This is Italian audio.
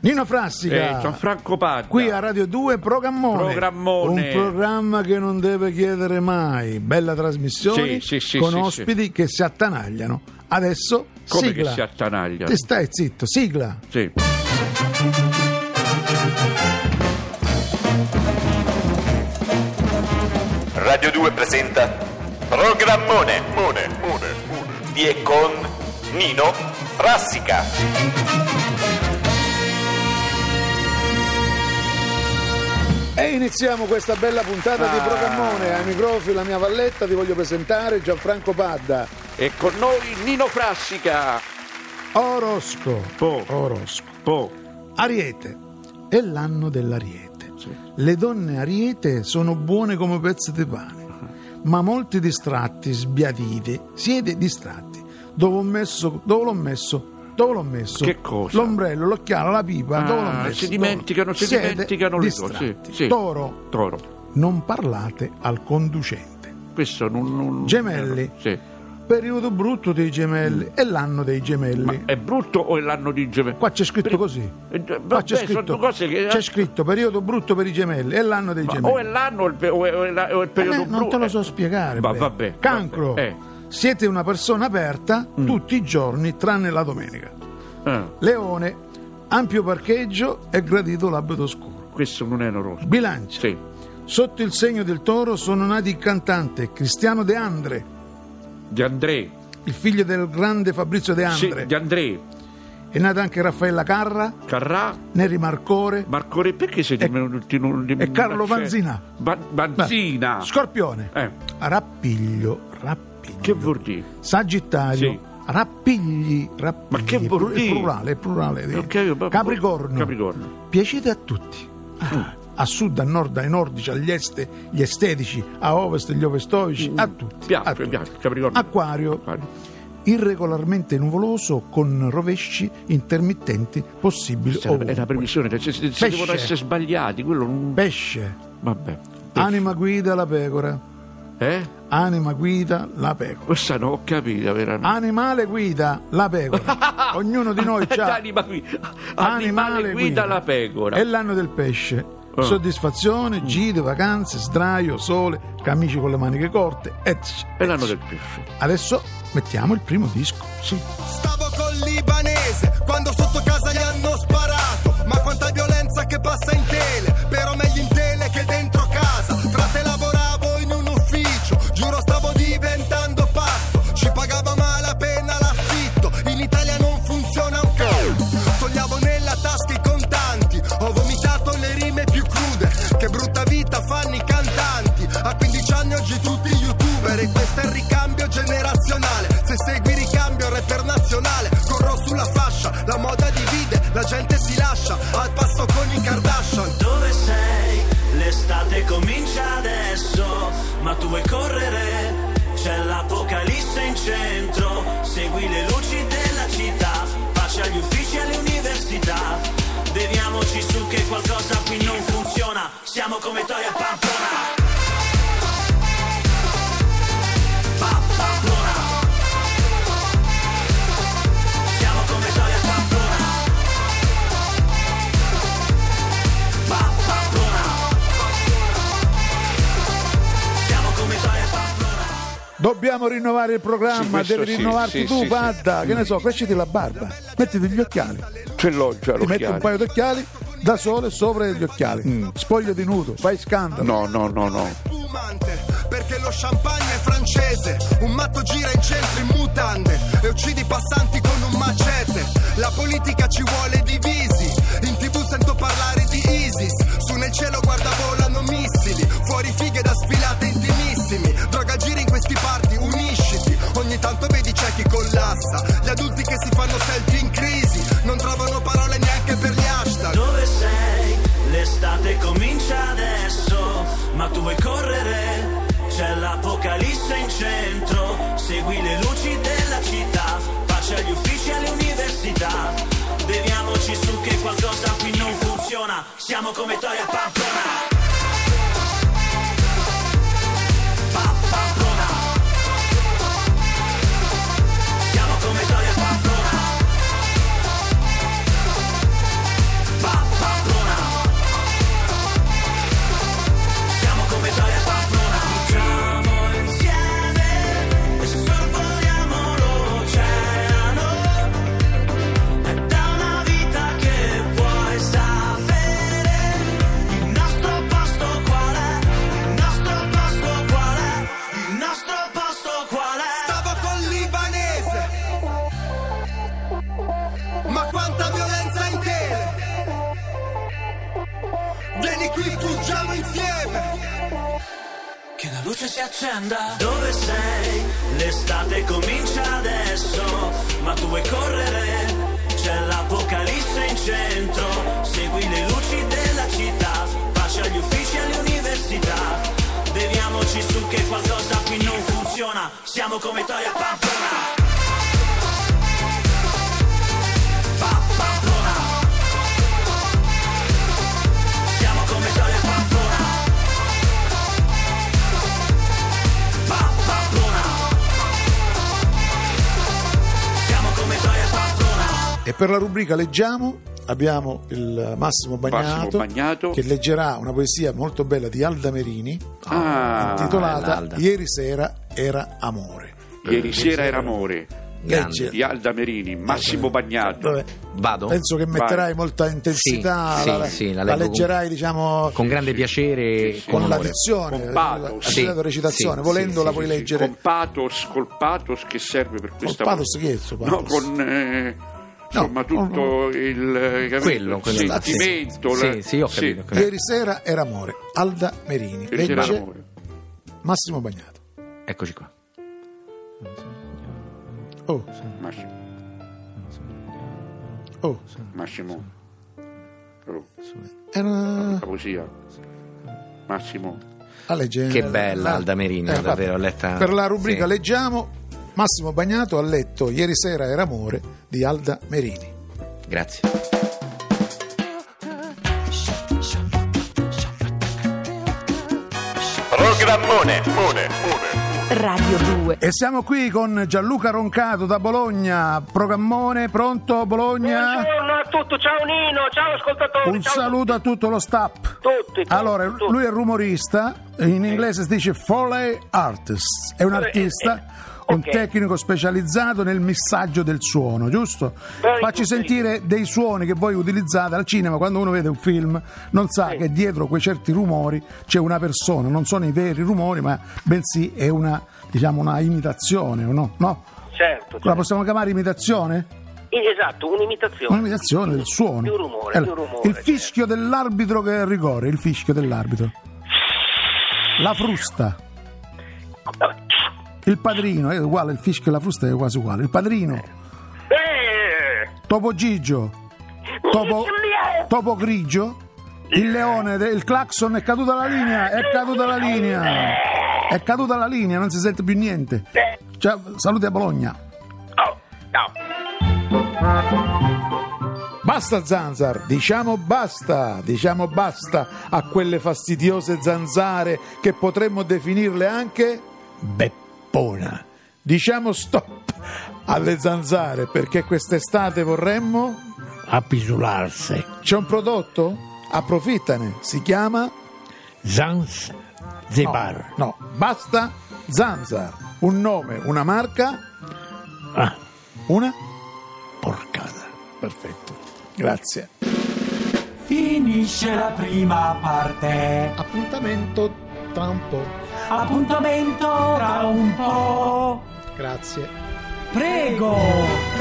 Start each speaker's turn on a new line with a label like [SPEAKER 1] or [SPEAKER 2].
[SPEAKER 1] Nino Frassica.
[SPEAKER 2] Eh, Gianfranco Padda.
[SPEAKER 1] Qui a Radio 2 programmone.
[SPEAKER 2] Programmone.
[SPEAKER 1] Un programma che non deve chiedere mai. Bella trasmissione
[SPEAKER 2] Sì, sì, sì,
[SPEAKER 1] con
[SPEAKER 2] sì,
[SPEAKER 1] ospiti che si attanagliano. Adesso
[SPEAKER 2] Come
[SPEAKER 1] sigla.
[SPEAKER 2] che si attanaglia?
[SPEAKER 1] Ti stai zitto, sigla.
[SPEAKER 2] Sì.
[SPEAKER 3] Radio 2 presenta Programmone Mone, Mone, di e con Nino Frassica.
[SPEAKER 1] E iniziamo questa bella puntata di programmone. Ai microfoni la mia valletta ti voglio presentare Gianfranco Padda.
[SPEAKER 2] E con noi Nino Frassica.
[SPEAKER 1] Orosco.
[SPEAKER 2] Po.
[SPEAKER 1] Orosco.
[SPEAKER 2] Po.
[SPEAKER 1] Ariete. È l'anno dell'Ariete.
[SPEAKER 2] Sì.
[SPEAKER 1] Le donne ariete sono buone come pezzi di pane,
[SPEAKER 2] Uh-huh.
[SPEAKER 1] ma molti distratti, sbiadite, siete distratti. Dove ho messo, dove l'ho messo, dove l'ho messo?
[SPEAKER 2] Che cosa?
[SPEAKER 1] L'ombrello, l'occhiale, la pipa,
[SPEAKER 2] Ah,
[SPEAKER 1] dove l'ho messo?
[SPEAKER 2] si dimenticano, si
[SPEAKER 1] Siete
[SPEAKER 2] dimenticano le cose, sì,
[SPEAKER 1] distratti.
[SPEAKER 2] sì.
[SPEAKER 1] Toro,
[SPEAKER 2] Toro.
[SPEAKER 1] non parlate al conducente.
[SPEAKER 2] Questo non... non-
[SPEAKER 1] Gemelli.
[SPEAKER 2] Sì.
[SPEAKER 1] Periodo brutto dei gemelli, è l'anno dei gemelli.
[SPEAKER 2] Ma è brutto o è l'anno di gemelli?
[SPEAKER 1] Qua c'è scritto così.
[SPEAKER 2] Eh, già,
[SPEAKER 1] Qua
[SPEAKER 2] vabbè,
[SPEAKER 1] c'è
[SPEAKER 2] sono
[SPEAKER 1] scritto,
[SPEAKER 2] due cose che...
[SPEAKER 1] c'è scritto periodo brutto per i gemelli, è l'anno dei
[SPEAKER 2] Ma
[SPEAKER 1] gemelli.
[SPEAKER 2] o è l'anno o il, pe- o è, o è la- o è il
[SPEAKER 1] Eh,
[SPEAKER 2] periodo
[SPEAKER 1] non
[SPEAKER 2] blu,
[SPEAKER 1] te lo
[SPEAKER 2] eh.
[SPEAKER 1] so spiegare.
[SPEAKER 2] Va-
[SPEAKER 1] bene.
[SPEAKER 2] vabbè,
[SPEAKER 1] Cancro,
[SPEAKER 2] vabbè, eh. Mm.
[SPEAKER 1] siete una persona aperta tutti i giorni tranne la domenica.
[SPEAKER 2] Ah,
[SPEAKER 1] Leone, ampio parcheggio e gradito l'abito scuro.
[SPEAKER 2] questo non è un oroscopo.
[SPEAKER 1] Bilancia,
[SPEAKER 2] Sì.
[SPEAKER 1] sotto il segno del toro sono nati il cantante Cristiano De Andre,
[SPEAKER 2] Di André.
[SPEAKER 1] il figlio del grande Fabrizio De
[SPEAKER 2] Sì,
[SPEAKER 1] Andre.
[SPEAKER 2] di André.
[SPEAKER 1] È nata anche Raffaella Carra,
[SPEAKER 2] Carrà.
[SPEAKER 1] Neri Marcore
[SPEAKER 2] Marco Re, perché siete... E,
[SPEAKER 1] Ecco. e Carlo Vanzina.
[SPEAKER 2] Vanzina.
[SPEAKER 1] Scorpione,
[SPEAKER 2] Eh.
[SPEAKER 1] Rappiglio, Rappiglio.
[SPEAKER 2] Che vuol dire?
[SPEAKER 1] Sagittario,
[SPEAKER 2] Sì.
[SPEAKER 1] Rappigli, rappigli,
[SPEAKER 2] Ma che vuol
[SPEAKER 1] plu- è
[SPEAKER 2] dire?
[SPEAKER 1] plurale, è plurale.
[SPEAKER 2] Eh, ok, va-
[SPEAKER 1] Capricorno.
[SPEAKER 2] Capricorno.
[SPEAKER 1] Piacete a tutti. Ah, A sud, a nord, ai nordici, agli est, gli estetici, a ovest, gli ovestoici, a tutti.
[SPEAKER 2] Mm. Piace,
[SPEAKER 1] a tutti.
[SPEAKER 2] piace, Capricorno.
[SPEAKER 1] Acquario.
[SPEAKER 2] Acquario.
[SPEAKER 1] Irregolarmente nuvoloso con rovesci intermittenti possibili
[SPEAKER 2] Questa È una- è una
[SPEAKER 1] ovunque.
[SPEAKER 2] previsione, cioè, se, se- se
[SPEAKER 1] Pesce.
[SPEAKER 2] devono essere sbagliati, quello non...
[SPEAKER 1] Pesce,
[SPEAKER 2] Vabbè.
[SPEAKER 1] anima guida la pecora,
[SPEAKER 2] Eh?
[SPEAKER 1] anima guida la pecora.
[SPEAKER 2] Questa non ho capito veramente.
[SPEAKER 1] Animale guida la pecora. Ognuno di noi ha
[SPEAKER 2] Anima qui. Animale guida la pecora.
[SPEAKER 1] È l'anno del pesce.
[SPEAKER 2] Ah.
[SPEAKER 1] Soddisfazione, gite, vacanze, sdraio, sole, camici con le maniche corte, etc.
[SPEAKER 2] È l'anno del pesce.
[SPEAKER 1] Adesso mettiamo il primo disco.
[SPEAKER 4] Stavo col libanese quando sotto casa gli hanno sparato. Ma quanta violenza che passa in tele, però meglio in tele che dentro casa. Frate lavoravo in un ufficio, giuro stavo diventando pazzo. Ci pagava malapena l'affitto, in Italia non funziona un cazzo. Togliavo nella tasca i contanti, ho vomitato le rime più crude. Che brutta vita fanno i cantanti. A 15 anni oggi tutti youtuber e questo è il ricambio generazionale. Se segui ricambio rapper nazionale, corro sulla fascia, la moda divide, la gente si lascia, al passo con i Kardashian.
[SPEAKER 5] Dove sei? L'estate comincia adesso, ma tu vuoi correre? C'è l'apocalisse in centro, segui le luci della città, faccia agli uffici e alle università. Beviamoci su che qualcosa qui non funziona, siamo come Toia e Pamplona. Pa- Pamplona. Siamo come Toia e Pamplona. Pa- Pamplona. Siamo come Toia e Pamplona.
[SPEAKER 1] Dobbiamo rinnovare il
[SPEAKER 2] Sì,
[SPEAKER 1] programma,
[SPEAKER 2] questo
[SPEAKER 1] devi
[SPEAKER 2] sì,
[SPEAKER 1] rinnovarti
[SPEAKER 2] sì,
[SPEAKER 1] tu,
[SPEAKER 2] sì,
[SPEAKER 1] Padda. Che ne so, cresciti la barba, mettiti gli occhiali,
[SPEAKER 2] Ce l'ho già
[SPEAKER 1] ti metti un paio di occhiali da sole sopra gli occhiali.
[SPEAKER 2] Mm.
[SPEAKER 1] Spoglio di nudo, fai scandalo.
[SPEAKER 2] No, no, no, no.
[SPEAKER 4] Spumante, perché lo champagne è francese. Un matto gira in centro in mutande e uccidi i passanti con un macete. La politica ci vuole divisi. In tv sento parlare di ISIS. Su nel cielo guarda volano missili. Fuori fighe da sfilate intimissimi. Droga gira in questi parti, unisciti. Ogni tanto vedi c'è chi collassa. Gli adulti che si fanno selfie in crisi. Non trovano parole neanche per gli hashtag.
[SPEAKER 5] Dove sei? L'estate comincia adesso, ma tu vuoi correre? C'è l'apocalisse in centro, segui le luci della città, faccia agli uffici e alle università. Beviamoci su che qualcosa qui non funziona, siamo come Toia e Pamplona. Pa- Pamplona. Siamo come Toia e Pamplona.
[SPEAKER 4] qui fuggiamo insieme.
[SPEAKER 5] Che la luce si accenda. Dove sei? L'estate comincia adesso, ma tu vuoi correre? C'è l'apocalisse in centro. Segui le luci della città, faccia agli uffici e alle università. Beviamoci su che qualcosa qui non funziona. Siamo come Toria Pamplona. Pa- Pamplona. Siamo come Toria Pamplona. Pa- Pamplona. Siamo come Toria Pamplona.
[SPEAKER 1] E per la rubrica leggiamo abbiamo il Massimo Bagnato,
[SPEAKER 2] Massimo Bagnato.
[SPEAKER 1] che leggerà una poesia molto bella di Alda Merini
[SPEAKER 2] Ah,
[SPEAKER 1] intitolata
[SPEAKER 6] l'Alda.
[SPEAKER 1] Ieri sera era amore.
[SPEAKER 2] ieri sera era amore
[SPEAKER 6] Grande.
[SPEAKER 2] di Alda Merini, Massimo Bagnato.
[SPEAKER 1] Vabbè,
[SPEAKER 6] Vado?
[SPEAKER 1] penso che metterai molta intensità,
[SPEAKER 6] Sì,
[SPEAKER 1] la,
[SPEAKER 6] sì, sì, la
[SPEAKER 1] la
[SPEAKER 6] leggo
[SPEAKER 1] leggerai diciamo
[SPEAKER 6] Con grande piacere e con
[SPEAKER 1] con la
[SPEAKER 6] onore.
[SPEAKER 1] dizione,
[SPEAKER 2] Con
[SPEAKER 1] la,
[SPEAKER 2] pathos.
[SPEAKER 1] la- la
[SPEAKER 6] Sì,
[SPEAKER 1] recitazione,
[SPEAKER 6] sì,
[SPEAKER 1] volendola
[SPEAKER 6] sì,
[SPEAKER 1] puoi
[SPEAKER 6] sì, sì,
[SPEAKER 1] leggere
[SPEAKER 2] Con pathos, col pathos che serve per questa
[SPEAKER 1] pathos, che è sto
[SPEAKER 2] No,
[SPEAKER 1] pathos?
[SPEAKER 2] con eh, insomma tutto il eh, capito,
[SPEAKER 6] Quello, quello.
[SPEAKER 2] il sentimento.
[SPEAKER 6] Sì,
[SPEAKER 2] la-
[SPEAKER 6] sì, ho capito, ho capito.
[SPEAKER 1] Ieri sera era amore, Alda Merini,
[SPEAKER 2] Ieri sera era
[SPEAKER 1] legge
[SPEAKER 2] amore.
[SPEAKER 1] Massimo Bagnato.
[SPEAKER 6] Eccoci qua.
[SPEAKER 1] Oh,
[SPEAKER 2] Massimo,
[SPEAKER 1] oh, eh,
[SPEAKER 2] Massimo. Oh,
[SPEAKER 1] era...
[SPEAKER 2] la poesia. Massimo.
[SPEAKER 1] La legge-
[SPEAKER 6] Che bella
[SPEAKER 1] la-
[SPEAKER 6] Alda Merino,
[SPEAKER 1] infatti,
[SPEAKER 6] davvero, ho letta-
[SPEAKER 1] Ah. Eh, Per la rubrica
[SPEAKER 6] sì.
[SPEAKER 1] Leggiamo, Massimo Bagnato ha letto Ieri sera era amore di Alda Merini.
[SPEAKER 6] Grazie.
[SPEAKER 3] Programmone, mone, mone.
[SPEAKER 7] Radio 2.
[SPEAKER 1] E siamo qui con Gianluca Roncato da Bologna, programmone, pronto Bologna?
[SPEAKER 8] Buongiorno a tutti, ciao Nino, ciao ascoltatori.
[SPEAKER 1] Un
[SPEAKER 8] ciao a
[SPEAKER 1] saluto a tutto lo staff.
[SPEAKER 8] tutti.
[SPEAKER 1] Allora,
[SPEAKER 8] tutti.
[SPEAKER 1] lui è rumorista, in inglese si dice foley artist, è un artista,
[SPEAKER 8] eh,
[SPEAKER 1] un
[SPEAKER 8] ok.
[SPEAKER 1] tecnico specializzato nel missaggio del suono, giusto?
[SPEAKER 8] Very
[SPEAKER 1] Facci
[SPEAKER 8] good,
[SPEAKER 1] sentire dei suoni che voi utilizzate al cinema quando uno vede un film, non sa che dietro quei certi rumori c'è una persona, non sono i veri rumori, ma bensì è una, diciamo, una imitazione, o no? no?
[SPEAKER 8] Certo,
[SPEAKER 1] La
[SPEAKER 8] certo.
[SPEAKER 1] possiamo chiamare imitazione?
[SPEAKER 8] Eh, esatto, un'imitazione.
[SPEAKER 1] Un'imitazione del suono.
[SPEAKER 8] Più rumore,
[SPEAKER 1] Allora,
[SPEAKER 8] più rumore.
[SPEAKER 1] Il fischio dell'arbitro che è il rigore, il fischio dell'arbitro. La frusta.
[SPEAKER 8] certo. Vabbè.
[SPEAKER 1] Il padrino è uguale, il fischio e la frusta è quasi uguale. Il padrino,
[SPEAKER 8] Eh,
[SPEAKER 1] Topo Gigio, Topo, topo Grigio, il leone, de- il clacson è caduta la linea, è caduta la linea, è caduta la linea, non si sente più niente. Ciao, saluti a Bologna.
[SPEAKER 8] Eh, oh, no.
[SPEAKER 1] Basta Zanzar, diciamo basta, diciamo basta a quelle fastidiose zanzare che potremmo definirle anche beppona. Diciamo stop alle zanzare perché quest'estate vorremmo
[SPEAKER 9] apisularse.
[SPEAKER 1] C'è un prodotto? Approfittane, si chiama
[SPEAKER 9] Zans de Bar.
[SPEAKER 1] No, basta Zanzar, un nome, una marca,
[SPEAKER 9] Ah,
[SPEAKER 1] una
[SPEAKER 9] porcata.
[SPEAKER 1] Perfetto. Grazie.
[SPEAKER 10] Finisce la prima parte,
[SPEAKER 1] Appuntamento tra un po'.
[SPEAKER 10] appuntamento tra un po'.
[SPEAKER 1] Grazie.
[SPEAKER 10] Prego!